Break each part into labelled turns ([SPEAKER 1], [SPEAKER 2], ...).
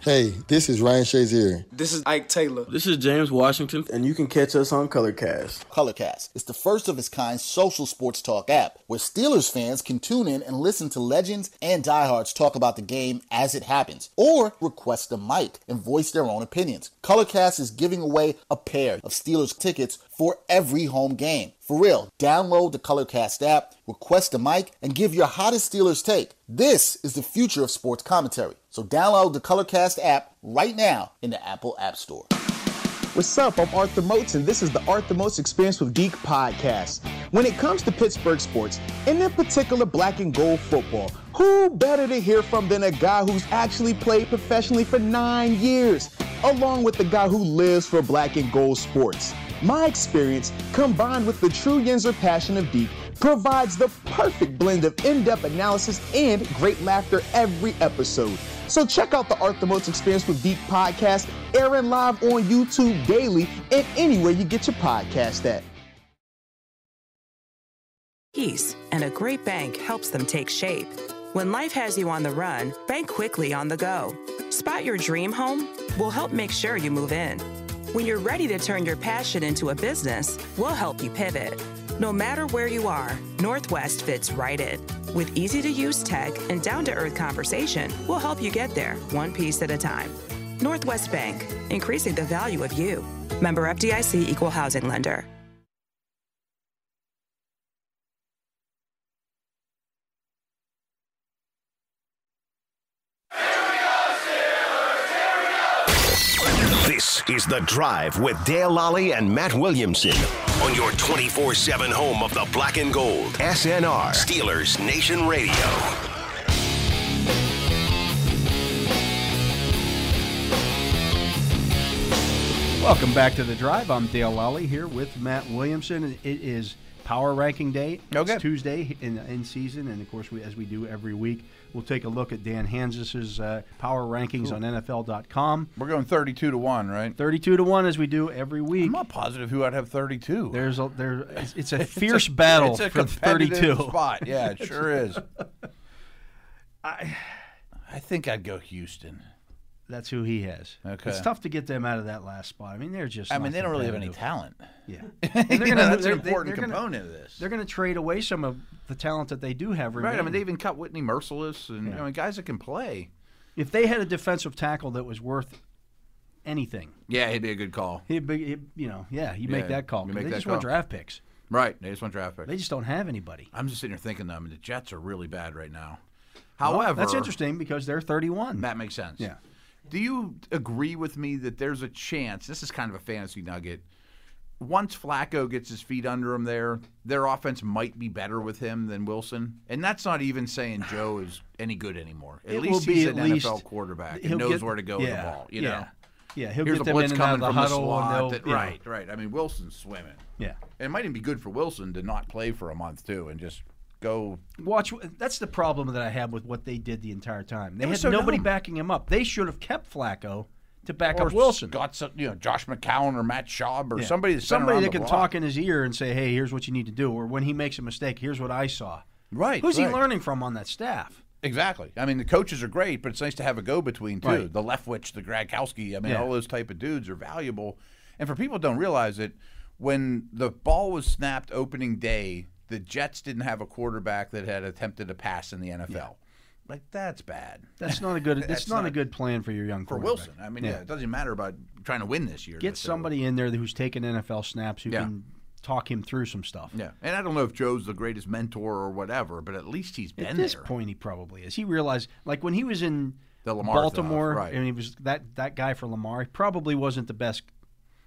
[SPEAKER 1] Hey, this is Ryan Shazier.
[SPEAKER 2] This is Ike Taylor.
[SPEAKER 3] This is James Washington,
[SPEAKER 4] and you can catch us on Colorcast.
[SPEAKER 5] Colorcast is the first of its kind social sports talk app where Steelers fans can tune in and listen to legends and diehards talk about the game as it happens or request a mic and voice their own opinions. Colorcast is giving away a pair of Steelers tickets for every home game. For real, download the Colorcast app, request a mic, and give your hottest Steelers take. This is the future of sports commentary. So download the Colorcast app right now in the Apple App Store.
[SPEAKER 6] What's up? I'm Arthur Motes, and this is the Arthur Motes Experience with Geek podcast. When it comes to Pittsburgh sports, and in particular black and gold football, who better to hear from than a guy who's actually played professionally for nine years, along with the guy who lives for black and gold sports? My experience, combined with the true Yenzer passion of Deep, provides the perfect blend of in-depth analysis and great laughter every episode. So check out the Arthur Motes Experience with Deep podcast, airing live on YouTube daily and anywhere you get your podcast at.
[SPEAKER 7] Ease and a great bank helps them take shape. When life has you on the run, bank quickly on the go. Spot your dream home? We'll help make sure you move in. When you're ready to turn your passion into a business, we'll help you pivot. No matter where you are, Northwest fits right in. With easy to use tech and down to earth conversation, we'll help you get there one piece at a time. Northwest Bank, increasing the value of you. Member FDIC Equal Housing Lender.
[SPEAKER 8] This is The Drive with Dale Lally and Matt Williamson on your 24 7 home of the black and gold. SNR, Steelers Nation Radio.
[SPEAKER 9] Welcome back to The Drive. I'm Dale Lally here with Matt Williamson. and It is Power Ranking Day.
[SPEAKER 4] Okay.
[SPEAKER 9] It's Tuesday in, in season, and of course, we, as we do every week, we'll take a look at Dan Hansis's uh, power rankings on NFL.com.
[SPEAKER 10] We're going 32 to 1, right?
[SPEAKER 9] 32 to 1 as we do every week.
[SPEAKER 10] I'm not positive who I'd have 32.
[SPEAKER 9] There's a there. It's, it's a fierce battle
[SPEAKER 10] it's a
[SPEAKER 9] for
[SPEAKER 10] competitive
[SPEAKER 9] 32.
[SPEAKER 10] spot. Yeah, it sure is. I I think I'd go Houston.
[SPEAKER 9] That's who he has.
[SPEAKER 10] Okay.
[SPEAKER 9] It's tough to get them out of that last spot. I mean, they're just.
[SPEAKER 10] I mean,
[SPEAKER 9] not
[SPEAKER 10] they don't really have any
[SPEAKER 9] competitive.
[SPEAKER 10] talent.
[SPEAKER 9] Yeah. And they're
[SPEAKER 10] You know,
[SPEAKER 9] gonna-
[SPEAKER 10] that's
[SPEAKER 9] they're-
[SPEAKER 10] an
[SPEAKER 9] they-
[SPEAKER 10] important
[SPEAKER 9] they're gonna-
[SPEAKER 10] component of this.
[SPEAKER 9] They're going to trade away some of the talent that they do have.
[SPEAKER 10] Right. I mean,
[SPEAKER 9] remaining.
[SPEAKER 10] they even cut Whitney Merciless and I mean, guys that can play.
[SPEAKER 9] if they had a defensive tackle that was worth anything,
[SPEAKER 10] Yeah, he'd be a good call.
[SPEAKER 9] he'd be, he'd- you know, yeah, you
[SPEAKER 10] Yeah,
[SPEAKER 9] make that call.
[SPEAKER 10] you
[SPEAKER 9] 'cause
[SPEAKER 10] make
[SPEAKER 9] they
[SPEAKER 10] that
[SPEAKER 9] just want
[SPEAKER 10] call.
[SPEAKER 9] draft picks.
[SPEAKER 10] Right. They just want draft picks.
[SPEAKER 9] They just don't have anybody.
[SPEAKER 10] I'm just sitting here thinking, though, I mean, the Jets are really bad right now. However,
[SPEAKER 9] That's interesting because they're 31.
[SPEAKER 10] That makes sense.
[SPEAKER 9] Yeah.
[SPEAKER 10] Do you agree with me that there's a chance? This is kind of a fantasy nugget. Once Flacco gets his feet under him, there, their offense might be better with him than Wilson, and that's not even saying Joe is any good anymore. At
[SPEAKER 9] It will
[SPEAKER 10] least
[SPEAKER 9] be
[SPEAKER 10] he's
[SPEAKER 9] at
[SPEAKER 10] an
[SPEAKER 9] least-
[SPEAKER 10] NFL quarterback. He
[SPEAKER 9] he'll
[SPEAKER 10] knows
[SPEAKER 9] get-
[SPEAKER 10] where to go with the
[SPEAKER 9] yeah,
[SPEAKER 10] ball. You
[SPEAKER 9] yeah.
[SPEAKER 10] know,
[SPEAKER 9] Yeah, he'll
[SPEAKER 10] here's
[SPEAKER 9] get
[SPEAKER 10] the
[SPEAKER 9] them in
[SPEAKER 10] blitz
[SPEAKER 9] and out of
[SPEAKER 10] coming
[SPEAKER 9] the
[SPEAKER 10] from the
[SPEAKER 9] huddle. and
[SPEAKER 10] slot.
[SPEAKER 9] they'll-
[SPEAKER 10] that-
[SPEAKER 9] yeah.
[SPEAKER 10] Right, right. I mean, Wilson's swimming.
[SPEAKER 9] Yeah.
[SPEAKER 10] And it might even be good for Wilson to not play for a month too, and just go.
[SPEAKER 9] Watch. That's the problem that I have with what they did the entire time. They had
[SPEAKER 10] was so
[SPEAKER 9] nobody
[SPEAKER 10] dumb.
[SPEAKER 9] backing him up. They should have kept Flacco to back
[SPEAKER 10] Or
[SPEAKER 9] up Wilson.
[SPEAKER 10] got some, you know, Josh McCown or Matt Schaub or
[SPEAKER 9] Yeah.
[SPEAKER 10] somebody that's been
[SPEAKER 9] somebody
[SPEAKER 10] around
[SPEAKER 9] that
[SPEAKER 10] the
[SPEAKER 9] can
[SPEAKER 10] block.
[SPEAKER 9] talk in his ear and say, "Hey, here's what you need to do," or when he makes a mistake, "Here's what I saw."
[SPEAKER 10] Right.
[SPEAKER 9] Who's
[SPEAKER 10] right.
[SPEAKER 9] he learning from on that staff?
[SPEAKER 10] Exactly. I mean, the coaches are great, but it's nice to have a go between too.
[SPEAKER 9] Right.
[SPEAKER 10] The Leftwich, the Gradkowski. I mean,
[SPEAKER 9] Yeah.
[SPEAKER 10] all those type of dudes are valuable. And for people who don't realize it, when the ball was snapped opening day, the Jets didn't have a quarterback that had attempted a pass in the NFL. Like that's bad
[SPEAKER 9] That's not a good. That's,
[SPEAKER 10] That's
[SPEAKER 9] not, a
[SPEAKER 10] not-
[SPEAKER 9] good plan for your young
[SPEAKER 10] for
[SPEAKER 9] quarterback.
[SPEAKER 10] Wilson. I mean, yeah. it doesn't even matter about trying to win this year.
[SPEAKER 9] Get
[SPEAKER 10] necessarily.
[SPEAKER 9] somebody in there who's taking NFL snaps who
[SPEAKER 10] Yeah.
[SPEAKER 9] can talk him through some stuff.
[SPEAKER 10] Yeah, and I don't know if Joe's the greatest mentor or whatever, but at least he's been
[SPEAKER 9] At this
[SPEAKER 10] there.
[SPEAKER 9] point, he probably is. He realized, like when he was in
[SPEAKER 10] The Lamar stuff,
[SPEAKER 9] Baltimore,
[SPEAKER 10] right.
[SPEAKER 9] and he was that that guy for Lamar. He probably wasn't the best.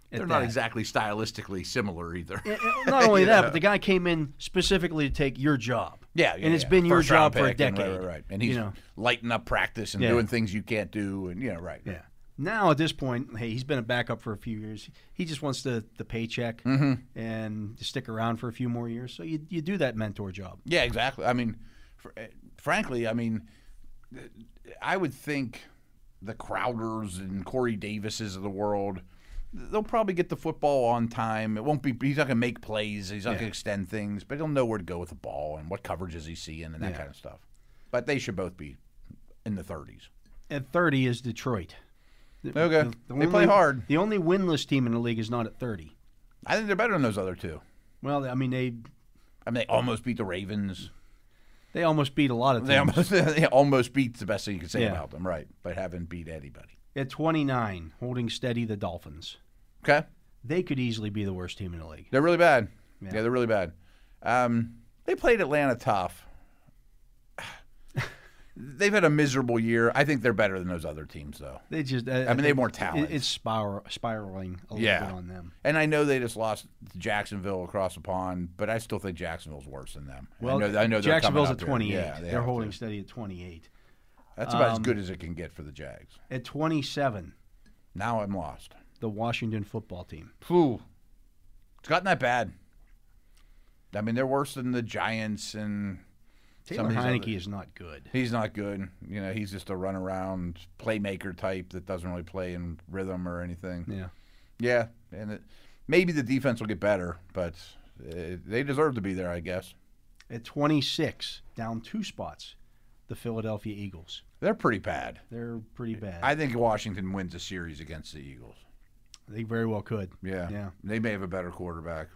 [SPEAKER 9] At
[SPEAKER 10] They're not
[SPEAKER 9] that.
[SPEAKER 10] exactly stylistically similar either.
[SPEAKER 9] And- and not only that, but the guy came in specifically to take your job.
[SPEAKER 10] Yeah, yeah
[SPEAKER 9] and it's
[SPEAKER 10] yeah.
[SPEAKER 9] been your
[SPEAKER 10] First round
[SPEAKER 9] job for a
[SPEAKER 10] pick and
[SPEAKER 9] decade.
[SPEAKER 10] right, right, right. And he's
[SPEAKER 9] you know,
[SPEAKER 10] lighting up practice and
[SPEAKER 9] Yeah.
[SPEAKER 10] doing things you can't do, and yeah, right.
[SPEAKER 9] yeah. Now at this point, hey, he's been a backup for a few years. He just wants the the paycheck
[SPEAKER 10] Mm-hmm.
[SPEAKER 9] and to stick around for a few more years. So you you do that mentor job.
[SPEAKER 10] Yeah, exactly. I mean, fr- eh, frankly, I mean, th- I would think the Crowders and Corey Davises of the world, they'll probably get the football on time. It won't be. He's not going to make plays. He's not going to extend things, but he'll know where to go with the ball and what coverages he's seeing and that kind of stuff. But they should both be in the 30s.
[SPEAKER 9] At 30 is Detroit.
[SPEAKER 10] Okay.
[SPEAKER 9] The- the
[SPEAKER 10] They play hard.
[SPEAKER 9] The only winless team in the league is not at 30.
[SPEAKER 10] I think they're better than those other two.
[SPEAKER 9] Well, I mean they
[SPEAKER 10] I mean, they almost beat the Ravens.
[SPEAKER 9] they almost beat a lot of teams.
[SPEAKER 10] They almost, they almost beat the best thing you can say
[SPEAKER 9] Yeah.
[SPEAKER 10] about them, right? But haven't beat anybody.
[SPEAKER 9] At 29, holding steady the Dolphins.
[SPEAKER 10] Okay,
[SPEAKER 9] They could easily be the worst team in the league.
[SPEAKER 10] they're really bad. Yeah, they're really bad. Um, they played Atlanta tough. They've had a miserable year. I think they're better than those other teams, though.
[SPEAKER 9] They just uh,
[SPEAKER 10] I mean, they have more talent.
[SPEAKER 9] It, it's spiral, spiraling a little
[SPEAKER 10] Yeah.
[SPEAKER 9] bit on them.
[SPEAKER 10] And I know they just lost to Jacksonville across the pond, but I still think Jacksonville's worse than them.
[SPEAKER 9] Well,
[SPEAKER 10] I know, I know they're coming
[SPEAKER 9] Jacksonville's
[SPEAKER 10] up
[SPEAKER 9] at
[SPEAKER 10] there.
[SPEAKER 9] 28.
[SPEAKER 10] Yeah,
[SPEAKER 9] they
[SPEAKER 10] have
[SPEAKER 9] are
[SPEAKER 10] to.
[SPEAKER 9] holding steady at 28.
[SPEAKER 10] That's about as good as it can get for the Jags.
[SPEAKER 9] At 27,
[SPEAKER 10] Now I'm lost.
[SPEAKER 9] the Washington football team.
[SPEAKER 10] Phew. It's gotten that bad. I mean, they're worse than the Giants, and
[SPEAKER 9] Taylor
[SPEAKER 10] of these
[SPEAKER 9] Heineke
[SPEAKER 10] other-
[SPEAKER 9] is not good.
[SPEAKER 10] he's not good. You know, he's just a runaround playmaker type that doesn't really play in rhythm or anything.
[SPEAKER 9] Yeah.
[SPEAKER 10] Yeah, and it, maybe the defense will get better, but uh they deserve to be there, I guess.
[SPEAKER 9] At 26, down two spots, the Philadelphia Eagles.
[SPEAKER 10] They're pretty bad.
[SPEAKER 9] They're pretty bad.
[SPEAKER 10] I think Washington wins a series against the Eagles.
[SPEAKER 9] they very well could.
[SPEAKER 10] Yeah,
[SPEAKER 9] Yeah.
[SPEAKER 10] They may have a better quarterback.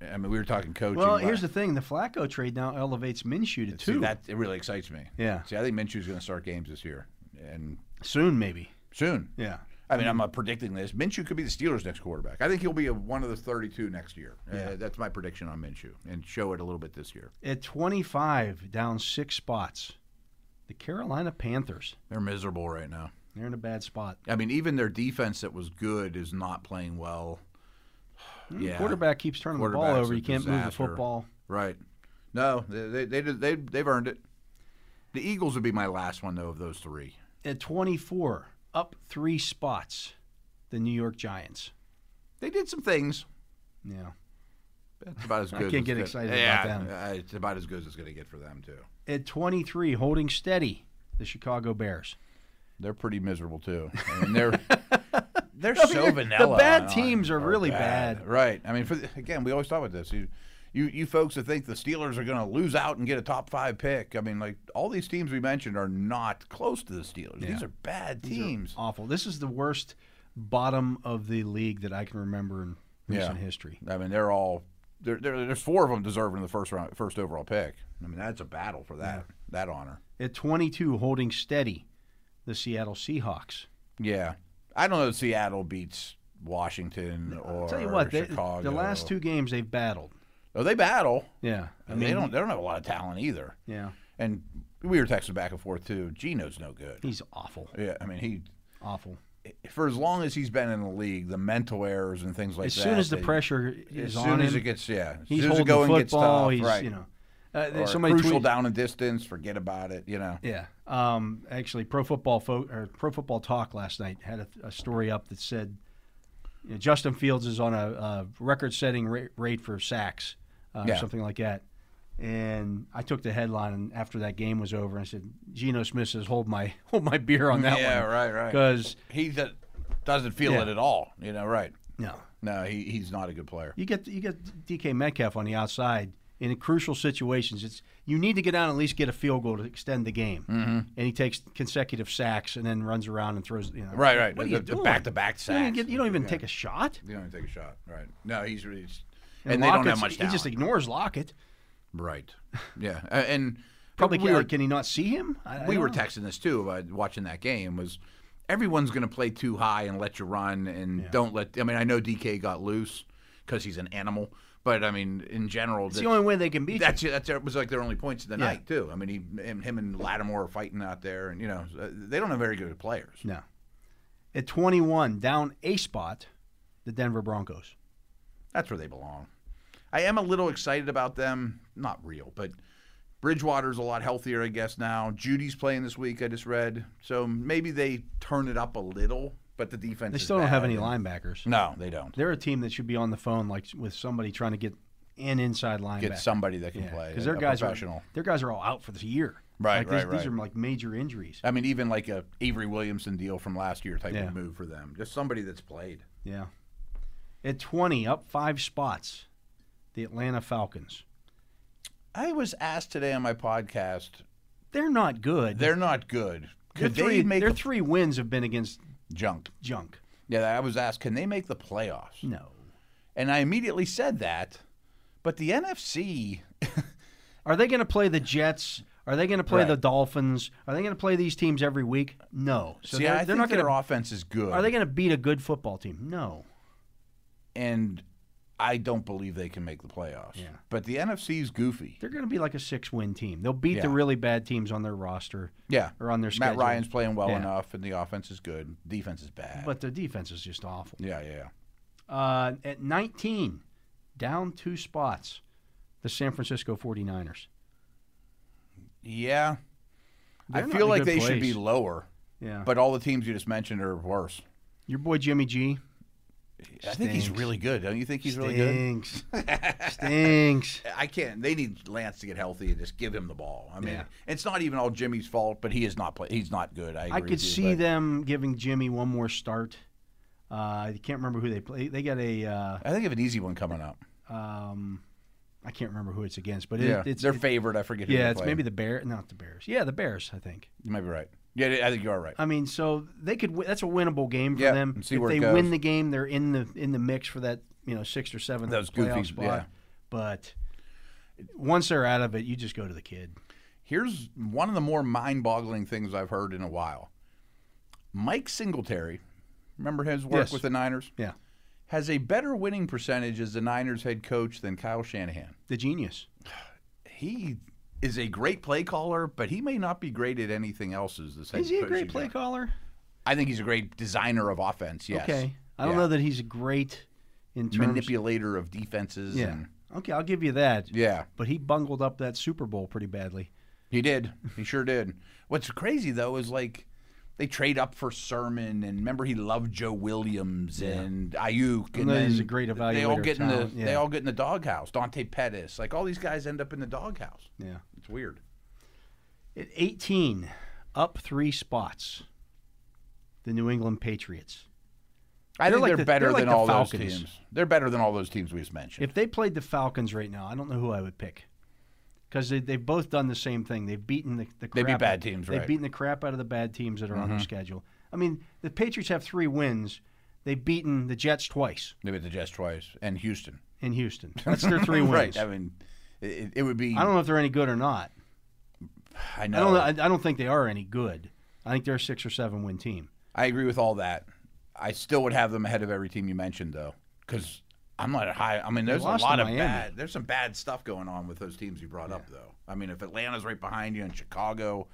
[SPEAKER 10] I mean, we were talking coaching.
[SPEAKER 9] Well, here's
[SPEAKER 10] last-
[SPEAKER 9] the thing: the Flacco trade now elevates Minshew to
[SPEAKER 10] See,
[SPEAKER 9] two.
[SPEAKER 10] that it really excites me.
[SPEAKER 9] Yeah.
[SPEAKER 10] See, I think Minshew's going to start games this year, and
[SPEAKER 9] Soon, maybe.
[SPEAKER 10] soon.
[SPEAKER 9] Yeah.
[SPEAKER 10] I mean, I'm not predicting this. Minshew could be the Steelers' next quarterback. I think he'll be a, one of the 32 next year. Uh, that's my prediction on Minshew, and show it a little bit this year.
[SPEAKER 9] At 25, down six spots, the Carolina Panthers.
[SPEAKER 10] They're miserable right now.
[SPEAKER 9] They're in a bad spot.
[SPEAKER 10] I mean, even their defense that was good is not playing well. yeah.
[SPEAKER 9] Hmm? Quarterback keeps turning the ball
[SPEAKER 10] Quarterback's
[SPEAKER 9] over.
[SPEAKER 10] a
[SPEAKER 9] You can't move the
[SPEAKER 10] disaster.
[SPEAKER 9] football.
[SPEAKER 10] Right. No, they they, they did- they they've earned it. The Eagles would be my last one though of those three.
[SPEAKER 9] At 24, up three spots, the New York Giants.
[SPEAKER 10] They did some things.
[SPEAKER 9] Yeah.
[SPEAKER 10] That's about as good.
[SPEAKER 9] can't
[SPEAKER 10] as
[SPEAKER 9] get
[SPEAKER 10] good-
[SPEAKER 9] excited about
[SPEAKER 10] yeah,
[SPEAKER 9] them.
[SPEAKER 10] uh, It's about as good as it's going to get for them too.
[SPEAKER 9] At 23, holding steady, the Chicago Bears.
[SPEAKER 10] They're pretty miserable too. I mean, they're they're so vanilla.
[SPEAKER 9] the bad
[SPEAKER 10] on-
[SPEAKER 9] teams are really bad.
[SPEAKER 10] Right. I mean, for the, again, we always talk about this. You, you you folks that think the Steelers are going to lose out and get a top five pick. I mean, like all these teams we mentioned are not close to the Steelers. These are bad teams.
[SPEAKER 9] Awful. This is the worst bottom of the league that I can remember in recent history.
[SPEAKER 10] I mean, they're all there. there- There's four of them deserving the first round, first overall pick. I mean, that's a battle for that that honor.
[SPEAKER 9] At 22, holding steady, the Seattle Seahawks.
[SPEAKER 10] Yeah, I don't know. if Seattle beats Washington or
[SPEAKER 9] Tell you what, they,
[SPEAKER 10] Chicago.
[SPEAKER 9] the last two games they've battled.
[SPEAKER 10] Oh, they battle.
[SPEAKER 9] Yeah,
[SPEAKER 10] I mean, they don't. They don't have a lot of talent either.
[SPEAKER 9] Yeah,
[SPEAKER 10] And we were texting back and forth too. Gino's no good.
[SPEAKER 9] he's awful,
[SPEAKER 10] Yeah, I mean he.
[SPEAKER 9] awful.
[SPEAKER 10] For as long as he's been in the league, the mental errors and things like
[SPEAKER 9] As
[SPEAKER 10] that.
[SPEAKER 9] soon as the
[SPEAKER 10] they-
[SPEAKER 9] pressure
[SPEAKER 10] as
[SPEAKER 9] is
[SPEAKER 10] soon
[SPEAKER 9] on
[SPEAKER 10] as
[SPEAKER 9] him,
[SPEAKER 10] it gets yeah, as
[SPEAKER 9] he's
[SPEAKER 10] soon as
[SPEAKER 9] holding
[SPEAKER 10] it go
[SPEAKER 9] the
[SPEAKER 10] and gets
[SPEAKER 9] football.
[SPEAKER 10] tough,
[SPEAKER 9] he's
[SPEAKER 10] right?
[SPEAKER 9] you know, uh,
[SPEAKER 10] or
[SPEAKER 9] somebody
[SPEAKER 10] crucial
[SPEAKER 9] tweet-
[SPEAKER 10] down and distance, forget about it. You know,
[SPEAKER 9] Yeah, um, actually, Pro Football Fo- or Pro Football Talk last night had a, a story up that said you know, Justin Fields is on a, a record-setting ra- rate for sacks, uh, or
[SPEAKER 10] Yeah.
[SPEAKER 9] something like that. And I took the headline and after that game was over. and I said, "Geno Smith says, hold my hold my beer on that
[SPEAKER 10] yeah,
[SPEAKER 9] one."
[SPEAKER 10] right, right.
[SPEAKER 9] Because
[SPEAKER 10] he do- doesn't feel
[SPEAKER 9] Yeah.
[SPEAKER 10] it at all. You know, right?
[SPEAKER 9] no,
[SPEAKER 10] No, he, he's not a good player.
[SPEAKER 9] You get you get DK Metcalf on the outside in crucial situations. It's you need to get out and at least get a field goal to extend the game. Mm-hmm. And he takes consecutive sacks and then runs around and throws. You know,
[SPEAKER 10] Right, right.
[SPEAKER 9] What are
[SPEAKER 10] The-
[SPEAKER 9] you
[SPEAKER 10] the
[SPEAKER 9] doing?
[SPEAKER 10] back-to-back
[SPEAKER 9] You don't even,
[SPEAKER 10] sacks.
[SPEAKER 9] get- you don't even take a shot.
[SPEAKER 10] You don't even take a shot, right? No, he's really, just- and, they don't have
[SPEAKER 9] Lockett's-
[SPEAKER 10] much
[SPEAKER 9] He
[SPEAKER 10] talent.
[SPEAKER 9] just ignores Lockett.
[SPEAKER 10] right? Yeah, Uh, and
[SPEAKER 9] Probably
[SPEAKER 10] we
[SPEAKER 9] can't-
[SPEAKER 10] were
[SPEAKER 9] can he not see him? I- I
[SPEAKER 10] we
[SPEAKER 9] don't
[SPEAKER 10] were
[SPEAKER 9] know.
[SPEAKER 10] texting this too about watching that game was everyone's going to play too high and let you run and don't let. I mean, I know DK got loose because he's an animal, but I mean, in general,
[SPEAKER 9] It's the only way they can beat
[SPEAKER 10] That's that's that was like their only points of the night too. I mean, he, him, him and Lattimore are fighting out there, and you know uh, they don't have very good players.
[SPEAKER 9] you. No. At 21, down a spot, the Denver Broncos.
[SPEAKER 10] That's where they belong. I am a little excited about them. Not real, but Bridgewater's a lot healthier, I guess, now. Judy's playing this week, I just read. So maybe they turn it up a little, but the defense
[SPEAKER 9] They
[SPEAKER 10] is
[SPEAKER 9] still don't have
[SPEAKER 10] bad,
[SPEAKER 9] any
[SPEAKER 10] and-
[SPEAKER 9] linebackers.
[SPEAKER 10] No, they don't.
[SPEAKER 9] They're a team that should be on the phone like with somebody trying to get an inside linebacker.
[SPEAKER 10] Get somebody that can play.
[SPEAKER 9] because their
[SPEAKER 10] a
[SPEAKER 9] guys
[SPEAKER 10] professional.
[SPEAKER 9] are their guys are all out for the year.
[SPEAKER 10] Right,
[SPEAKER 9] like these,
[SPEAKER 10] right,
[SPEAKER 9] These
[SPEAKER 10] right.
[SPEAKER 9] are like major injuries.
[SPEAKER 10] I mean, even like a Avery Williamson deal from last year type
[SPEAKER 9] Yeah.
[SPEAKER 10] of move for them. Just somebody that's played.
[SPEAKER 9] Yeah, at twenty, up five spots, the Atlanta Falcons.
[SPEAKER 10] I was asked today on my podcast
[SPEAKER 9] They're not good.
[SPEAKER 10] They're not good.
[SPEAKER 9] Their
[SPEAKER 10] Could
[SPEAKER 9] three,
[SPEAKER 10] they make
[SPEAKER 9] their
[SPEAKER 10] the
[SPEAKER 9] three wins have been against
[SPEAKER 10] junk?
[SPEAKER 9] junk.
[SPEAKER 10] Yeah, I was asked, can they make the playoffs?
[SPEAKER 9] No.
[SPEAKER 10] And I immediately said that, but the NFC,
[SPEAKER 9] Are they going to play the Jets? Are they going to play the Dolphins? Are they going to play these teams every week? No. So
[SPEAKER 10] see,
[SPEAKER 9] they're,
[SPEAKER 10] I
[SPEAKER 9] they're
[SPEAKER 10] think
[SPEAKER 9] not
[SPEAKER 10] their
[SPEAKER 9] going to.
[SPEAKER 10] offense is good.
[SPEAKER 9] Are they going to beat a good football team? No.
[SPEAKER 10] and I don't believe they can make the playoffs.
[SPEAKER 9] Yeah.
[SPEAKER 10] But the NFC's goofy.
[SPEAKER 9] They're going to be like a six-win team. They'll beat the
[SPEAKER 10] Yeah.
[SPEAKER 9] really bad teams on their roster.
[SPEAKER 10] Yeah.
[SPEAKER 9] Or on their
[SPEAKER 10] Matt
[SPEAKER 9] schedule.
[SPEAKER 10] Ryan's playing well
[SPEAKER 9] Yeah.
[SPEAKER 10] enough, and the offense is good. Defense is bad.
[SPEAKER 9] But the defense is just awful.
[SPEAKER 10] yeah, yeah, yeah.
[SPEAKER 9] Uh, at 19, down two spots, the San Francisco 49ers.
[SPEAKER 10] Yeah.
[SPEAKER 9] They're
[SPEAKER 10] I
[SPEAKER 9] not in
[SPEAKER 10] feel
[SPEAKER 9] a
[SPEAKER 10] like
[SPEAKER 9] good
[SPEAKER 10] they should be
[SPEAKER 9] place.
[SPEAKER 10] lower,
[SPEAKER 9] Yeah.
[SPEAKER 10] but all the teams you just mentioned are worse.
[SPEAKER 9] your boy Jimmy G
[SPEAKER 10] I think he's
[SPEAKER 9] Stinks.
[SPEAKER 10] really good. Don't you think he's really
[SPEAKER 9] stinks. stinks.
[SPEAKER 10] good? I can't. They need Lance to get healthy and just give him the ball. I mean,
[SPEAKER 9] Yeah.
[SPEAKER 10] it's not even all Jimmy's fault, but he is not play, He's not good. I, agree
[SPEAKER 9] I could
[SPEAKER 10] with you,
[SPEAKER 9] see
[SPEAKER 10] but-
[SPEAKER 9] them giving Jimmy one more start. Uh, I can't remember who they play. They got a. Uh,
[SPEAKER 10] I think of an easy one coming up.
[SPEAKER 9] um, I can't remember who it's against, but it,
[SPEAKER 10] Yeah,
[SPEAKER 9] it's
[SPEAKER 10] it's their
[SPEAKER 9] it-
[SPEAKER 10] favorite. I forget. Who
[SPEAKER 9] Yeah,
[SPEAKER 10] they
[SPEAKER 9] it's
[SPEAKER 10] play.
[SPEAKER 9] maybe the Bear, not the Bears. Yeah, the Bears. I think.
[SPEAKER 10] You might be right. Yeah, I think you are right.
[SPEAKER 9] I mean, so they could. Win, that's a winnable game for
[SPEAKER 10] Yeah,
[SPEAKER 9] them.
[SPEAKER 10] and see
[SPEAKER 9] if
[SPEAKER 10] where it
[SPEAKER 9] they
[SPEAKER 10] goes.
[SPEAKER 9] win the game, they're in the in the mix for that you know sixth or seventh
[SPEAKER 10] Those
[SPEAKER 9] playoff
[SPEAKER 10] goofies,
[SPEAKER 9] spot.
[SPEAKER 10] yeah.
[SPEAKER 9] But once they're out of it, you just go to the kid.
[SPEAKER 10] Here's one of the more mind-boggling things I've heard in a while. Mike Singletary, remember his work
[SPEAKER 9] Yes.
[SPEAKER 10] with the Niners,
[SPEAKER 9] Yeah,
[SPEAKER 10] has a better winning percentage as the Niners head coach than Kyle Shanahan.
[SPEAKER 9] the genius.
[SPEAKER 10] He is a great play caller, but he may not be great at anything else as this head
[SPEAKER 9] Is he a
[SPEAKER 10] coach
[SPEAKER 9] great
[SPEAKER 10] he's
[SPEAKER 9] play
[SPEAKER 10] got.
[SPEAKER 9] caller?
[SPEAKER 10] I think he's a great designer of offense. Yes.
[SPEAKER 9] Okay, I don't
[SPEAKER 10] Yeah.
[SPEAKER 9] know that he's great in terms.
[SPEAKER 10] Manipulator of defenses.
[SPEAKER 9] Yeah.
[SPEAKER 10] And,
[SPEAKER 9] Okay, I'll give you that.
[SPEAKER 10] yeah.
[SPEAKER 9] But he bungled up that Super Bowl pretty badly.
[SPEAKER 10] He did. He sure did. What's crazy though is like they trade up for Sermon, and remember he loved Joe Williams and Ayuk, and,
[SPEAKER 9] then
[SPEAKER 10] then
[SPEAKER 9] he's a great
[SPEAKER 10] They all
[SPEAKER 9] evaluator of
[SPEAKER 10] get in the
[SPEAKER 9] talent, yeah.
[SPEAKER 10] they all get in the doghouse. Dante Pettis, like all these guys end up in the doghouse.
[SPEAKER 9] Yeah.
[SPEAKER 10] It's weird.
[SPEAKER 9] At 18, up three spots. The New England Patriots.
[SPEAKER 10] I
[SPEAKER 9] They're
[SPEAKER 10] think
[SPEAKER 9] like
[SPEAKER 10] they're
[SPEAKER 9] the-
[SPEAKER 10] better
[SPEAKER 9] they're like
[SPEAKER 10] than
[SPEAKER 9] the
[SPEAKER 10] all
[SPEAKER 9] Falcons.
[SPEAKER 10] those teams. They're better than all those teams we just mentioned.
[SPEAKER 9] If they played the Falcons right now, I don't know who I would pick. Because they, they've both done the same thing. They've beaten the, the crap
[SPEAKER 10] They beat bad
[SPEAKER 9] out-
[SPEAKER 10] teams,
[SPEAKER 9] They've
[SPEAKER 10] right.
[SPEAKER 9] beaten the crap out of the bad teams that are
[SPEAKER 10] Mm-hmm.
[SPEAKER 9] on their schedule. I mean, the Patriots have three wins. They've beaten the Jets twice
[SPEAKER 10] they beat the Jets twice and Houston.
[SPEAKER 9] in Houston. That's their three wins.
[SPEAKER 10] right. I mean, it, it would be.
[SPEAKER 9] I don't know if they're any good or not.
[SPEAKER 10] I know.
[SPEAKER 9] I don't. know- I, I don't think they are any good. I think they're a six or seven win team.
[SPEAKER 10] I agree with all that. I still would have them ahead of every team you mentioned, though, because I'm not high. I mean, there's a
[SPEAKER 9] lost
[SPEAKER 10] lot
[SPEAKER 9] to
[SPEAKER 10] of
[SPEAKER 9] Miami.
[SPEAKER 10] bad. There's some bad stuff going on with those teams you brought up, though. I mean, if Atlanta's right behind you and Chicago,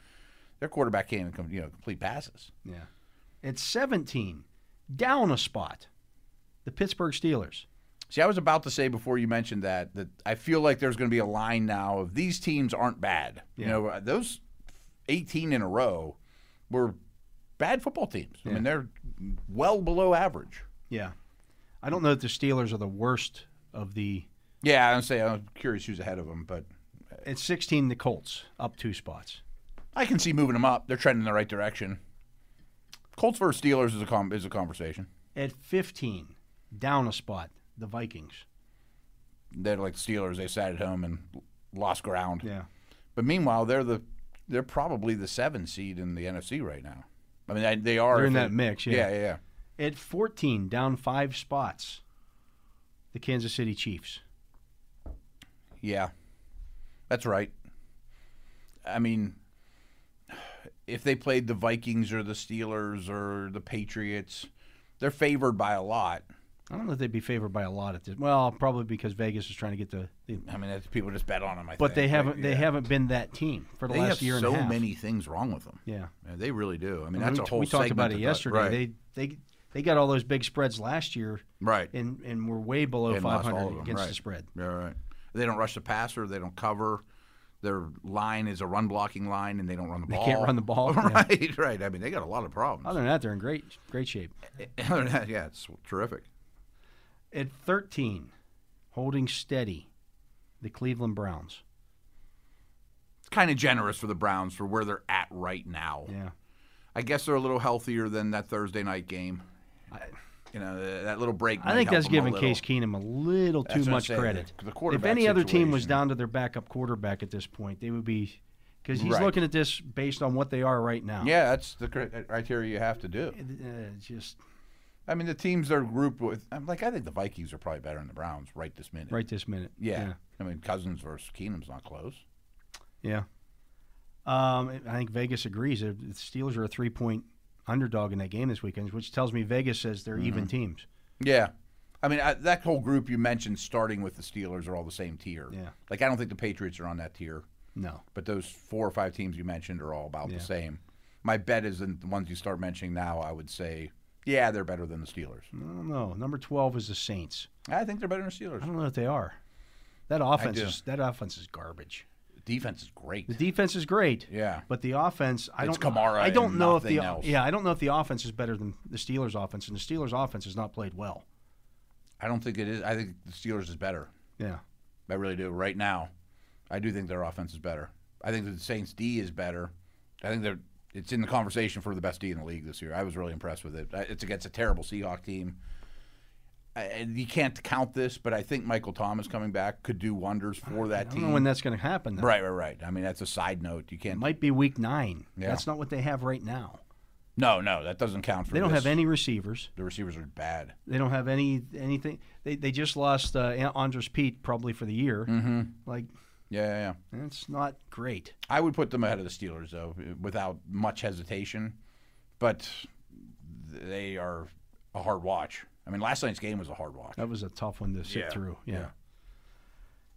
[SPEAKER 10] their quarterback can't even come, you know complete passes.
[SPEAKER 9] Yeah. At 17, down a spot, the Pittsburgh Steelers.
[SPEAKER 10] See, I was about to say before you mentioned that that I feel like there's going to be a line now of these teams aren't bad. You know, those 18 in a row were bad football teams. I mean, they're well below average.
[SPEAKER 9] Yeah. I don't know that the Steelers are the worst of the.
[SPEAKER 10] Yeah, I'm say I'm curious who's ahead of them, but
[SPEAKER 9] At 16, the Colts, up two spots.
[SPEAKER 10] I can see moving them up. They're trending in the right direction. Colts versus Steelers is a com- is a conversation.
[SPEAKER 9] At 15, down a spot, the Vikings.
[SPEAKER 10] They're like the Steelers. They sat at home and lost ground.
[SPEAKER 9] Yeah.
[SPEAKER 10] But meanwhile, they're the they're probably the seven seed in the NFC right now. I mean, they- they are.
[SPEAKER 9] They're in
[SPEAKER 10] if
[SPEAKER 9] that mix, yeah.
[SPEAKER 10] Yeah, yeah. yeah.
[SPEAKER 9] At 14, down five spots, the Kansas City Chiefs.
[SPEAKER 10] Yeah. That's right. I mean, if they played the Vikings or the Steelers or the Patriots, they're favored by a lot.
[SPEAKER 9] I don't know if they'd be favored by a lot at this. Well, probably because Vegas is trying to get the. the
[SPEAKER 10] I mean, that's, people just bet on them. I
[SPEAKER 9] but they
[SPEAKER 10] think.
[SPEAKER 9] haven't.
[SPEAKER 10] Like,
[SPEAKER 9] They
[SPEAKER 10] yeah.
[SPEAKER 9] haven't been that team for the
[SPEAKER 10] They
[SPEAKER 9] last
[SPEAKER 10] have
[SPEAKER 9] year and
[SPEAKER 10] so
[SPEAKER 9] a half.
[SPEAKER 10] many things wrong with them.
[SPEAKER 9] Yeah.
[SPEAKER 10] Yeah, they really do. I mean,
[SPEAKER 9] I mean,
[SPEAKER 10] that's
[SPEAKER 9] we,
[SPEAKER 10] a whole.
[SPEAKER 9] we talked about
[SPEAKER 10] segment
[SPEAKER 9] it
[SPEAKER 10] to-
[SPEAKER 9] yesterday.
[SPEAKER 10] Right.
[SPEAKER 9] They they they got all those big spreads last year,
[SPEAKER 10] Right.
[SPEAKER 9] And and were way below
[SPEAKER 10] And
[SPEAKER 9] five
[SPEAKER 10] lost all of
[SPEAKER 9] hundred
[SPEAKER 10] them,
[SPEAKER 9] against the
[SPEAKER 10] right.
[SPEAKER 9] spread.
[SPEAKER 10] Yeah, right. They don't rush the passer. They don't cover. Their line is a run blocking line, and they don't run the
[SPEAKER 9] They
[SPEAKER 10] ball.
[SPEAKER 9] can't run the ball, yeah.
[SPEAKER 10] right, right. I mean, they got a lot of problems.
[SPEAKER 9] Other than that, they're in great great shape.
[SPEAKER 10] Other than that, yeah, it's terrific.
[SPEAKER 9] At thirteen, holding steady, the Cleveland Browns.
[SPEAKER 10] It's kind of generous for the Browns for where they're at right now.
[SPEAKER 9] Yeah,
[SPEAKER 10] I guess they're a little healthier than that Thursday night game. you know, th- that little break.
[SPEAKER 9] I
[SPEAKER 10] might
[SPEAKER 9] think
[SPEAKER 10] help
[SPEAKER 9] that's
[SPEAKER 10] them a
[SPEAKER 9] giving
[SPEAKER 10] little.
[SPEAKER 9] Case Keenum a little
[SPEAKER 10] That's
[SPEAKER 9] too
[SPEAKER 10] what I'm
[SPEAKER 9] much
[SPEAKER 10] saying,
[SPEAKER 9] credit.
[SPEAKER 10] the- the
[SPEAKER 9] if
[SPEAKER 10] quarterback
[SPEAKER 9] any other team was
[SPEAKER 10] situation.
[SPEAKER 9] down to their backup quarterback at this point, they would be because he's
[SPEAKER 10] Right.
[SPEAKER 9] looking at this based on what they are right now.
[SPEAKER 10] Yeah, that's the cri- uh, criteria you have to do.
[SPEAKER 9] Uh, just
[SPEAKER 10] I mean, the teams they're grouped with, I'm like, I think the Vikings are probably better than the Browns right this minute.
[SPEAKER 9] right this minute.
[SPEAKER 10] Yeah. I mean, Cousins versus Keenum's not close.
[SPEAKER 9] Yeah. Um, I think Vegas agrees. The Steelers are a three point underdog in that game this weekend, which tells me Vegas says they're even teams.
[SPEAKER 10] Mm-hmm. Yeah. I mean, I, that whole group you mentioned, starting with the Steelers, are all the same tier.
[SPEAKER 9] Yeah.
[SPEAKER 10] Like, I don't think the Patriots are on that tier,
[SPEAKER 9] No.
[SPEAKER 10] but those four or five teams you mentioned are all about
[SPEAKER 9] Yeah.
[SPEAKER 10] the same. My bet is in the ones you start mentioning now, I would say, yeah, they're better than the Steelers.
[SPEAKER 9] No, no. Number 12 is the Saints.
[SPEAKER 10] I think they're better than the
[SPEAKER 9] I
[SPEAKER 10] Steelers.
[SPEAKER 9] don't know if they are. That offense
[SPEAKER 10] do.
[SPEAKER 9] is that offense is garbage.
[SPEAKER 10] Defense is great.
[SPEAKER 9] The defense is great.
[SPEAKER 10] Yeah.
[SPEAKER 9] But the offense, I
[SPEAKER 10] It's
[SPEAKER 9] don't
[SPEAKER 10] Kamara
[SPEAKER 9] I don't
[SPEAKER 10] and
[SPEAKER 9] know if
[SPEAKER 10] nothing
[SPEAKER 9] the
[SPEAKER 10] else.
[SPEAKER 9] Yeah, I don't know if the offense is better than the Steelers offense and the Steelers offense has not played well.
[SPEAKER 10] I don't think it is. I think the Steelers is better.
[SPEAKER 9] Yeah.
[SPEAKER 10] I really do. Right now, I do think their offense is better. I think the Saints D is better. I think they're it's in the conversation for the best D in the league this year. I was really impressed with it. I- It's against a terrible Seahawk team. I- And you can't count this, but I think Michael Thomas coming back could do wonders for that
[SPEAKER 9] I don't
[SPEAKER 10] team.
[SPEAKER 9] know when that's going to happen. Though.
[SPEAKER 10] right, right, right. I mean, that's a side note. You
[SPEAKER 9] It
[SPEAKER 10] can't.
[SPEAKER 9] might be week 9.
[SPEAKER 10] Yeah.
[SPEAKER 9] That's not what they have right now.
[SPEAKER 10] no, no, that doesn't count for.
[SPEAKER 9] They don't
[SPEAKER 10] this.
[SPEAKER 9] have any receivers.
[SPEAKER 10] The receivers are bad.
[SPEAKER 9] They don't have any anything. They they just lost uh, An- Andres Pete probably for the year. Mm-hmm. Like
[SPEAKER 10] Yeah, yeah, yeah.
[SPEAKER 9] that's not great.
[SPEAKER 10] I would put them ahead of the Steelers though, without much hesitation. But they are a hard watch. I mean, last night's game was a hard watch.
[SPEAKER 9] That was a tough one to sit
[SPEAKER 10] Yeah,
[SPEAKER 9] through. Yeah.
[SPEAKER 10] yeah.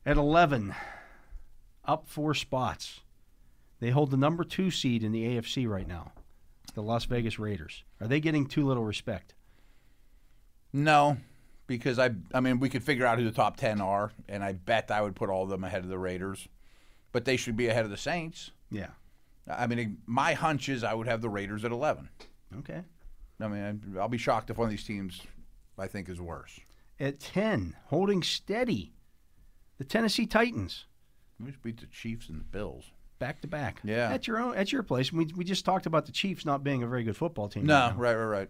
[SPEAKER 9] At eleven, up four spots. They hold the number two seed in the AFC right now. The Las Vegas Raiders. Are they getting too little respect?
[SPEAKER 10] No, because I, I mean, we could figure out who the top ten are, and I bet I would put all of them ahead of the Raiders. But they should be ahead of the Saints.
[SPEAKER 9] Yeah.
[SPEAKER 10] I mean, my hunch is I would have the Raiders at eleven.
[SPEAKER 9] Okay.
[SPEAKER 10] I mean, I'll be shocked if one of these teams I think is worse.
[SPEAKER 9] At ten, holding steady, the Tennessee Titans.
[SPEAKER 10] We just beat the Chiefs and the Bills.
[SPEAKER 9] Back to back.
[SPEAKER 10] Yeah.
[SPEAKER 9] At your own at your place. We, we just talked about the Chiefs not being a very good football team. right
[SPEAKER 10] No,
[SPEAKER 9] now.
[SPEAKER 10] right, right, right.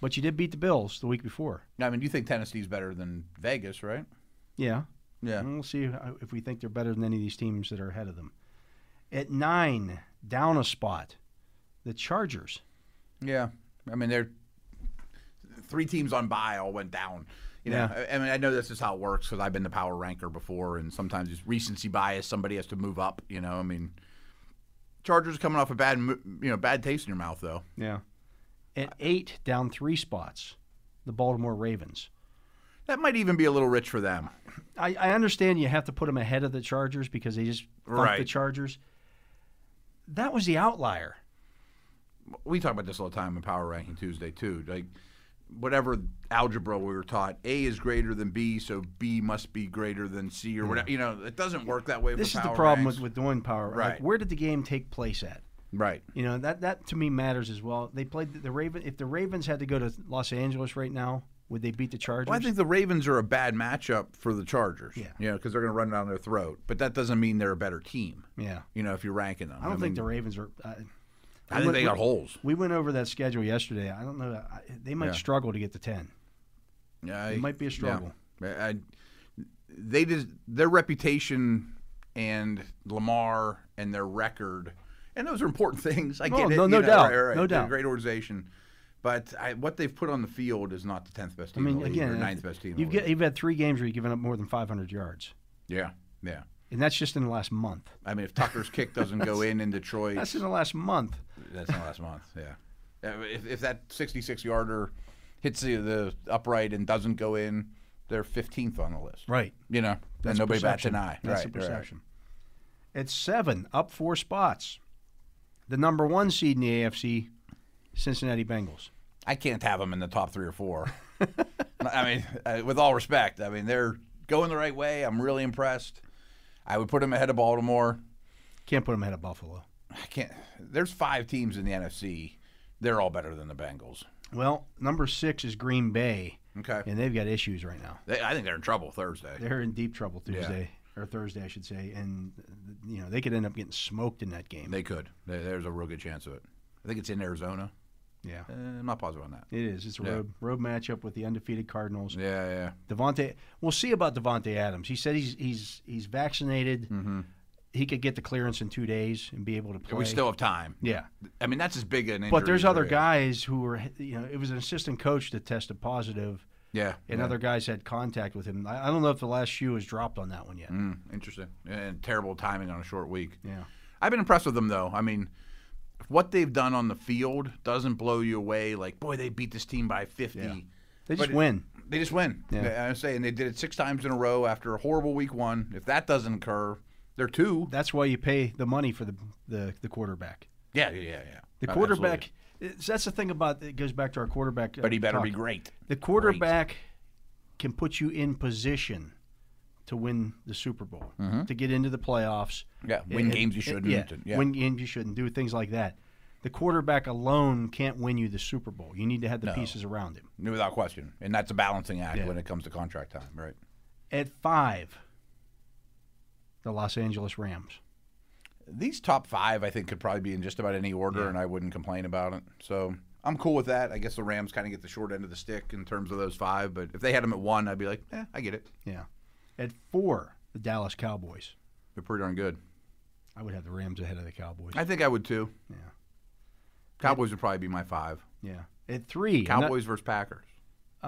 [SPEAKER 9] But you did beat the Bills the week before.
[SPEAKER 10] I mean, you think Tennessee's better than Vegas, right?
[SPEAKER 9] Yeah. Mm,
[SPEAKER 10] Yeah.
[SPEAKER 9] And we'll see how- if we think they're better than any of these teams that are ahead of them. At nine, down a spot, the Chargers.
[SPEAKER 10] Yeah, I mean they're three teams on bye all went down. You know,
[SPEAKER 9] Yeah.
[SPEAKER 10] I, I mean I know this is how it works because I've been the power ranker before, and sometimes it's recency bias. Somebody has to move up. You know, I mean, Chargers are coming off a bad mo- you know bad taste in your mouth though.
[SPEAKER 9] Yeah. At eight, down three spots, the Baltimore Ravens.
[SPEAKER 10] That might even be a little rich for them.
[SPEAKER 9] I, I understand you have to put them ahead of the Chargers because they just thumped the
[SPEAKER 10] Right.
[SPEAKER 9] Chargers. That was the outlier.
[SPEAKER 10] We talk about this all the time in Power Ranking Tuesday too. Like whatever algebra we were taught, A is greater than B, so B must be greater than C or whatever. You know, it doesn't work that way.
[SPEAKER 9] Mm. This
[SPEAKER 10] for
[SPEAKER 9] is the
[SPEAKER 10] power
[SPEAKER 9] problem
[SPEAKER 10] ranks.
[SPEAKER 9] with, with doing power. Like,
[SPEAKER 10] Right.
[SPEAKER 9] where did the game take place at?
[SPEAKER 10] right.
[SPEAKER 9] You know that that to me matters as well. They played the, the Raven. If the Ravens had to go to Los Angeles right now, would they beat the Chargers?
[SPEAKER 10] Well, I think the Ravens are a bad matchup for the Chargers.
[SPEAKER 9] Yeah.
[SPEAKER 10] You know, because they're going to run down their throat. But that doesn't mean they're a better team.
[SPEAKER 9] yeah,
[SPEAKER 10] You know, if you're ranking them.
[SPEAKER 9] I don't think the
[SPEAKER 10] mean,
[SPEAKER 9] Ravens are. uh, I,
[SPEAKER 10] I think
[SPEAKER 9] we-
[SPEAKER 10] they
[SPEAKER 9] we-
[SPEAKER 10] got holes.
[SPEAKER 9] We went over that schedule yesterday. I don't know. I, they might
[SPEAKER 10] Yeah.
[SPEAKER 9] struggle to get to ten.
[SPEAKER 10] Yeah, I-
[SPEAKER 9] It might be a
[SPEAKER 10] yeah.
[SPEAKER 9] struggle.
[SPEAKER 10] I- I- they just their reputation and Lamar and their record, and those are important things. I
[SPEAKER 9] No,
[SPEAKER 10] get
[SPEAKER 9] Oh,
[SPEAKER 10] it.
[SPEAKER 9] no-
[SPEAKER 10] you
[SPEAKER 9] no
[SPEAKER 10] know,
[SPEAKER 9] doubt,
[SPEAKER 10] right, right, right.
[SPEAKER 9] no
[SPEAKER 10] They're
[SPEAKER 9] doubt.
[SPEAKER 10] a great organization, but I, what they've put on the field is not the tenth best
[SPEAKER 9] I
[SPEAKER 10] team. in
[SPEAKER 9] mean,
[SPEAKER 10] the league,
[SPEAKER 9] again,
[SPEAKER 10] or
[SPEAKER 9] if-
[SPEAKER 10] ninth best team. in the
[SPEAKER 9] You've get,
[SPEAKER 10] league.
[SPEAKER 9] you've had three games where you've given up more than 500 yards,
[SPEAKER 10] yeah, yeah.
[SPEAKER 9] and that's just in the last month.
[SPEAKER 10] I mean, if Tucker's kick doesn't go in in Detroit,
[SPEAKER 9] That's in the last month.
[SPEAKER 10] That's not last month. Yeah. Uh, If, if that 66 yarder hits the, the upright and doesn't go in, they're 15th on the list.
[SPEAKER 9] Right.
[SPEAKER 10] You know, and
[SPEAKER 9] That's
[SPEAKER 10] nobody bats
[SPEAKER 9] perception.
[SPEAKER 10] an eye.
[SPEAKER 9] That's
[SPEAKER 10] right,
[SPEAKER 9] the
[SPEAKER 10] right.
[SPEAKER 9] perception. At seven, up four spots, the number one seed in the AFC, Cincinnati Bengals.
[SPEAKER 10] I can't have them in the top three or four. I mean, uh, with all respect, I mean, they're going the right way. I'm really impressed. I would put them ahead of Baltimore.
[SPEAKER 9] Can't put them ahead of Buffalo.
[SPEAKER 10] I can't. There's five teams in the NFC. They're all better than the Bengals.
[SPEAKER 9] Well, number six is Green Bay,
[SPEAKER 10] Okay.
[SPEAKER 9] and they've got issues right now.
[SPEAKER 10] They, I think they're in trouble Thursday.
[SPEAKER 9] They're in deep trouble Tuesday or Thursday, I should say, and you know they could end up getting smoked in that game.
[SPEAKER 10] They could. There- There's a real good chance of it. I think it's in Arizona.
[SPEAKER 9] yeah,
[SPEAKER 10] Uh, I'm not positive on that.
[SPEAKER 9] it is. It's a road road matchup with the undefeated Cardinals.
[SPEAKER 10] Yeah, yeah. Mm-hmm.
[SPEAKER 9] Devonte, we'll see about Devonte Adams. He said he's he's he's vaccinated. he could get the clearance in two days and be able to play.
[SPEAKER 10] We still have time.
[SPEAKER 9] yeah.
[SPEAKER 10] I mean, that's as big an injury.
[SPEAKER 9] But there's
[SPEAKER 10] as
[SPEAKER 9] other
[SPEAKER 10] there is.
[SPEAKER 9] guys who were, you know, it was an assistant coach that tested positive,
[SPEAKER 10] Yeah.
[SPEAKER 9] and other guys had contact with him. I, I don't know if the last shoe was dropped on that one yet.
[SPEAKER 10] Mm, interesting. And terrible timing on a short week.
[SPEAKER 9] Yeah.
[SPEAKER 10] I've been impressed with them, though. I mean, what they've done on the field doesn't blow you away. Like, boy, they beat this team by 50.
[SPEAKER 9] They just
[SPEAKER 10] But it-
[SPEAKER 9] win.
[SPEAKER 10] They just win. Yeah. I'm saying they did it six times in a row after a horrible week one. If that doesn't occur, they're two.
[SPEAKER 9] That's why you pay the money for the the, the quarterback.
[SPEAKER 10] Yeah, yeah, yeah. yeah.
[SPEAKER 9] The
[SPEAKER 10] Uh,
[SPEAKER 9] quarterback.
[SPEAKER 10] absolutely.
[SPEAKER 9] it's- That's the thing about it goes back to our quarterback. uh,
[SPEAKER 10] But he better be great.
[SPEAKER 9] The quarterback can put you in position to win the Super Bowl, to get into the playoffs.
[SPEAKER 10] Mm-hmm. Yeah, win
[SPEAKER 9] And-
[SPEAKER 10] games you
[SPEAKER 9] and-
[SPEAKER 10] shouldn't,
[SPEAKER 9] Yeah,
[SPEAKER 10] and- yeah.
[SPEAKER 9] win games you shouldn't. Do things like that. The quarterback alone can't win you the Super Bowl. You need to have the pieces around him.
[SPEAKER 10] Without question. And that's a balancing act
[SPEAKER 9] Yeah.
[SPEAKER 10] when it comes to contract time, right?
[SPEAKER 9] At five, the Los Angeles Rams.
[SPEAKER 10] These top five, I think, could probably be in just about any order, and I wouldn't complain about it. So I'm cool with that. I guess the Rams kind of get the short end of the stick in terms of those five, but if they had them at one, I'd be like, eh, I get it.
[SPEAKER 9] Yeah. At four, the Dallas Cowboys.
[SPEAKER 10] They're pretty darn good.
[SPEAKER 9] I would have the Rams ahead of the Cowboys.
[SPEAKER 10] I think I would too.
[SPEAKER 9] Yeah.
[SPEAKER 10] Cowboys would probably be my five.
[SPEAKER 9] yeah. At three, I'm not-
[SPEAKER 10] Cowboys versus Packers.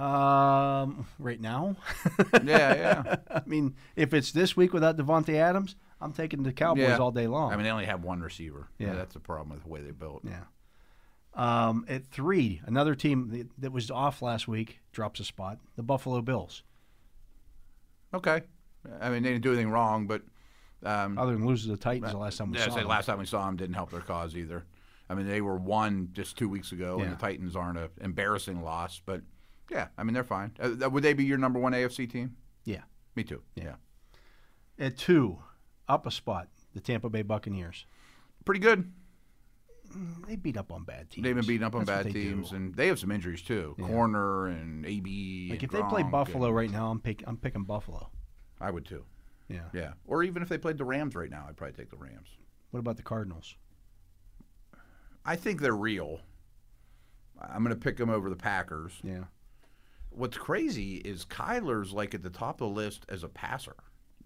[SPEAKER 9] um, right now,
[SPEAKER 10] Yeah, yeah.
[SPEAKER 9] I mean, if it's this week without Devontae Adams, I'm taking the Cowboys
[SPEAKER 10] Yeah.
[SPEAKER 9] all day long.
[SPEAKER 10] I mean, they only have one receiver. Yeah,
[SPEAKER 9] Yeah.
[SPEAKER 10] that's the problem with the way they built.
[SPEAKER 9] yeah. Um, at three, another team that- that was off last week drops a spot. The Buffalo Bills.
[SPEAKER 10] Okay. I mean, they didn't do anything wrong, but um,
[SPEAKER 9] Other than losing to the Titans the last time we
[SPEAKER 10] Yeah, I'd
[SPEAKER 9] saw
[SPEAKER 10] say
[SPEAKER 9] them.
[SPEAKER 10] last time we saw them didn't help their cause either. I mean, they were one just two weeks ago, and
[SPEAKER 9] Yeah.
[SPEAKER 10] the Titans aren't an embarrassing loss, but yeah, I mean they're fine. Uh, th- would they be your number one AFC team?
[SPEAKER 9] Yeah.
[SPEAKER 10] Me too. Yeah,
[SPEAKER 9] At two, up a spot, the Tampa Bay Buccaneers. Mm,
[SPEAKER 10] pretty good.
[SPEAKER 9] They beat up on bad teams.
[SPEAKER 10] They've been beating up on
[SPEAKER 9] That's what
[SPEAKER 10] bad
[SPEAKER 9] they do.
[SPEAKER 10] teams, and they have some injuries too. Corner and AB.
[SPEAKER 9] Like
[SPEAKER 10] and
[SPEAKER 9] if they play
[SPEAKER 10] Gronk and-
[SPEAKER 9] Buffalo right now, I'm pick, I'm picking Buffalo.
[SPEAKER 10] I would too.
[SPEAKER 9] Yeah.
[SPEAKER 10] Yeah, or even if they played the Rams right now, I'd probably take the Rams.
[SPEAKER 9] What about the Cardinals?
[SPEAKER 10] I think they're real. I'm going to pick them over the Packers.
[SPEAKER 9] Yeah.
[SPEAKER 10] what's crazy is Kyler's like at the top of the list as a passer.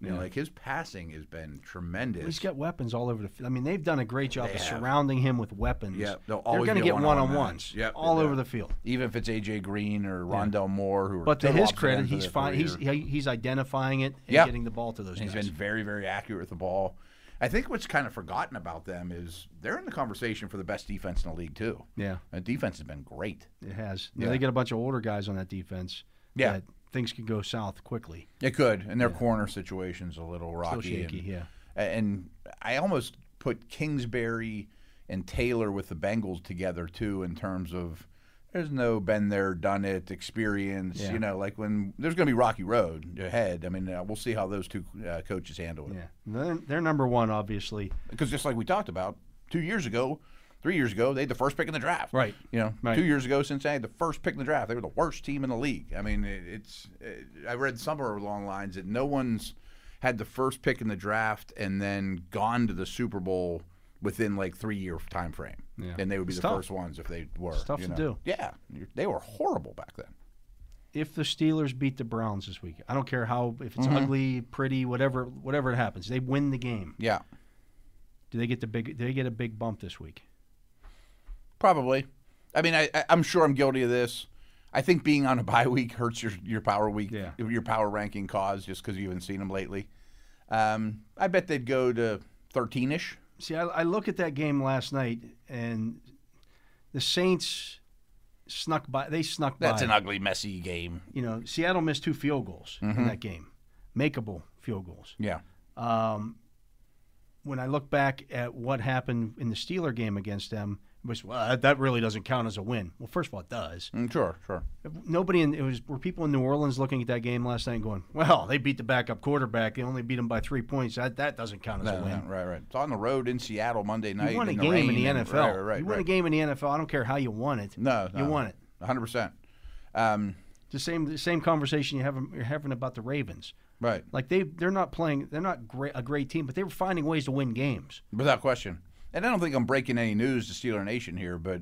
[SPEAKER 10] You know, like his passing has been tremendous.
[SPEAKER 9] He's got weapons all over the field. I mean, they've done a great job of surrounding him with weapons.
[SPEAKER 10] Yeah, they'll
[SPEAKER 9] they're
[SPEAKER 10] always
[SPEAKER 9] gonna
[SPEAKER 10] be a
[SPEAKER 9] get
[SPEAKER 10] one-on-one
[SPEAKER 9] on ones
[SPEAKER 10] match. Yep,
[SPEAKER 9] all
[SPEAKER 10] yeah.
[SPEAKER 9] over the field.
[SPEAKER 10] Even if it's AJ Green or Rondell Moore, who are
[SPEAKER 9] But to
[SPEAKER 10] total
[SPEAKER 9] his
[SPEAKER 10] opposite
[SPEAKER 9] credit,
[SPEAKER 10] ends of
[SPEAKER 9] he's
[SPEAKER 10] their
[SPEAKER 9] fine. He's
[SPEAKER 10] career.
[SPEAKER 9] he, he's identifying it and
[SPEAKER 10] Yeah.
[SPEAKER 9] getting the ball to those
[SPEAKER 10] And he's
[SPEAKER 9] guys.
[SPEAKER 10] been very, very accurate with the ball. I think what's kind of forgotten about them is they're in the conversation for the best defense in the league too.
[SPEAKER 9] Yeah.
[SPEAKER 10] and defense has been great.
[SPEAKER 9] it has. You know, they get a bunch of older guys on that defense.
[SPEAKER 10] Yeah.
[SPEAKER 9] that things can go south quickly.
[SPEAKER 10] It could, and their corner situation's a little rocky.
[SPEAKER 9] shaky,
[SPEAKER 10] and,
[SPEAKER 9] yeah.
[SPEAKER 10] and I almost put Kingsbury and Taylor with the Bengals together too, in terms of there's no been there, done it, experience. You know, like when there's going to be rocky road ahead. I mean, uh, we'll see how those two uh, coaches handle it.
[SPEAKER 9] Yeah, they're, they're number one, obviously.
[SPEAKER 10] Because just like we talked about two years ago. Three years ago, they had the first pick in the draft.
[SPEAKER 9] Right.
[SPEAKER 10] You know,
[SPEAKER 9] Right.
[SPEAKER 10] two years ago, Cincinnati had the first pick in the draft. They were the worst team in the league. I mean, it, it's. It, I read somewhere along the lines that no one's had the first pick in the draft and then gone to the Super Bowl within like three year time frame.
[SPEAKER 9] Yeah.
[SPEAKER 10] And they would be
[SPEAKER 9] It's
[SPEAKER 10] the
[SPEAKER 9] tough.
[SPEAKER 10] first ones if they were.
[SPEAKER 9] tough
[SPEAKER 10] you
[SPEAKER 9] to
[SPEAKER 10] know.
[SPEAKER 9] do.
[SPEAKER 10] Yeah, You're- they were horrible back then.
[SPEAKER 9] If the Steelers beat the Browns this week, I don't care how if
[SPEAKER 10] Mm-hmm.
[SPEAKER 9] it's ugly, pretty, whatever, whatever it happens, they win the game.
[SPEAKER 10] Yeah,
[SPEAKER 9] Do they get the big? Do they get a big bump this week?
[SPEAKER 10] probably. I mean, I, I, I'm sure I'm guilty of this. I think being on a bye week hurts your, your power week,
[SPEAKER 9] Yeah.
[SPEAKER 10] your power ranking cause just because you haven't seen them lately. Um, I bet they'd go to 13 ish.
[SPEAKER 9] See, I, I look at that game last night, and the Saints snuck by. They snuck
[SPEAKER 10] That's
[SPEAKER 9] by.
[SPEAKER 10] an ugly, messy game. Mm-hmm.
[SPEAKER 9] you know, Seattle missed two field goals in that game, makeable field goals.
[SPEAKER 10] Yeah.
[SPEAKER 9] When I look back at what happened in the Steeler game against them, it was well, that- that really doesn't count as a win. Well, first of all, it does.
[SPEAKER 10] Mm, sure, sure.
[SPEAKER 9] Nobody in it was were people in New Orleans looking at that game last night and going, well, they beat the backup quarterback. They only beat him by three points. That that doesn't count as a win.
[SPEAKER 10] Yeah, right, right. It's on the road in Seattle Monday night.
[SPEAKER 9] You won a
[SPEAKER 10] in the
[SPEAKER 9] game
[SPEAKER 10] rain
[SPEAKER 9] in the
[SPEAKER 10] and-
[SPEAKER 9] NFL.
[SPEAKER 10] Right, right, right,
[SPEAKER 9] you won a
[SPEAKER 10] right.
[SPEAKER 9] game in the NFL. I don't care how you won it.
[SPEAKER 10] No,
[SPEAKER 9] you
[SPEAKER 10] no.
[SPEAKER 9] won it.
[SPEAKER 10] 100%. Um,
[SPEAKER 9] It's the same the same conversation you have you're having about the Ravens.
[SPEAKER 10] right.
[SPEAKER 9] Like they they're not playing. They're not great, a great team, but they were finding ways to win games.
[SPEAKER 10] Without question. And I don't think I'm breaking any news to Steeler Nation here, but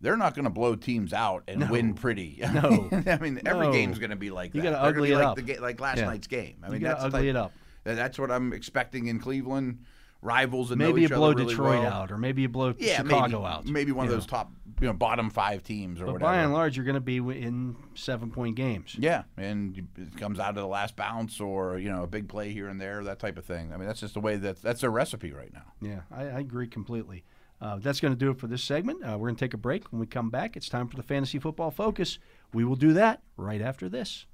[SPEAKER 10] they're not going to blow teams out and win pretty. No. I mean, every
[SPEAKER 9] No.
[SPEAKER 10] game's going to be like
[SPEAKER 9] You
[SPEAKER 10] that.
[SPEAKER 9] gotta
[SPEAKER 10] They're gonna
[SPEAKER 9] ugly
[SPEAKER 10] be
[SPEAKER 9] it
[SPEAKER 10] like
[SPEAKER 9] up.
[SPEAKER 10] The ga- like last
[SPEAKER 9] Yeah.
[SPEAKER 10] night's game. I
[SPEAKER 9] You
[SPEAKER 10] mean,
[SPEAKER 9] gotta
[SPEAKER 10] that's the
[SPEAKER 9] ugly
[SPEAKER 10] type-
[SPEAKER 9] it up.
[SPEAKER 10] That's what I'm expecting in Cleveland.
[SPEAKER 11] rivals and know
[SPEAKER 10] Maybe you
[SPEAKER 11] each other
[SPEAKER 10] blow
[SPEAKER 11] really
[SPEAKER 10] Detroit
[SPEAKER 11] well.
[SPEAKER 10] out, or maybe you blow
[SPEAKER 11] yeah,
[SPEAKER 10] Chicago
[SPEAKER 11] maybe,
[SPEAKER 10] out.
[SPEAKER 11] Maybe one of
[SPEAKER 10] you
[SPEAKER 11] those
[SPEAKER 10] know.
[SPEAKER 11] top, you know, bottom five teams or
[SPEAKER 10] But
[SPEAKER 11] whatever.
[SPEAKER 10] by and large, you're going to be w- in seven point games.
[SPEAKER 11] Yeah, and you- it comes out of the last bounce or you know a big play here and there, that type of thing. I mean, that's just the way that that's their recipe right now.
[SPEAKER 10] Yeah, I, I agree completely. Uh, that's going to do it for this segment. Uh, we're going to take a break. When we come back, it's time for the Fantasy Football Focus. We will do that right after this.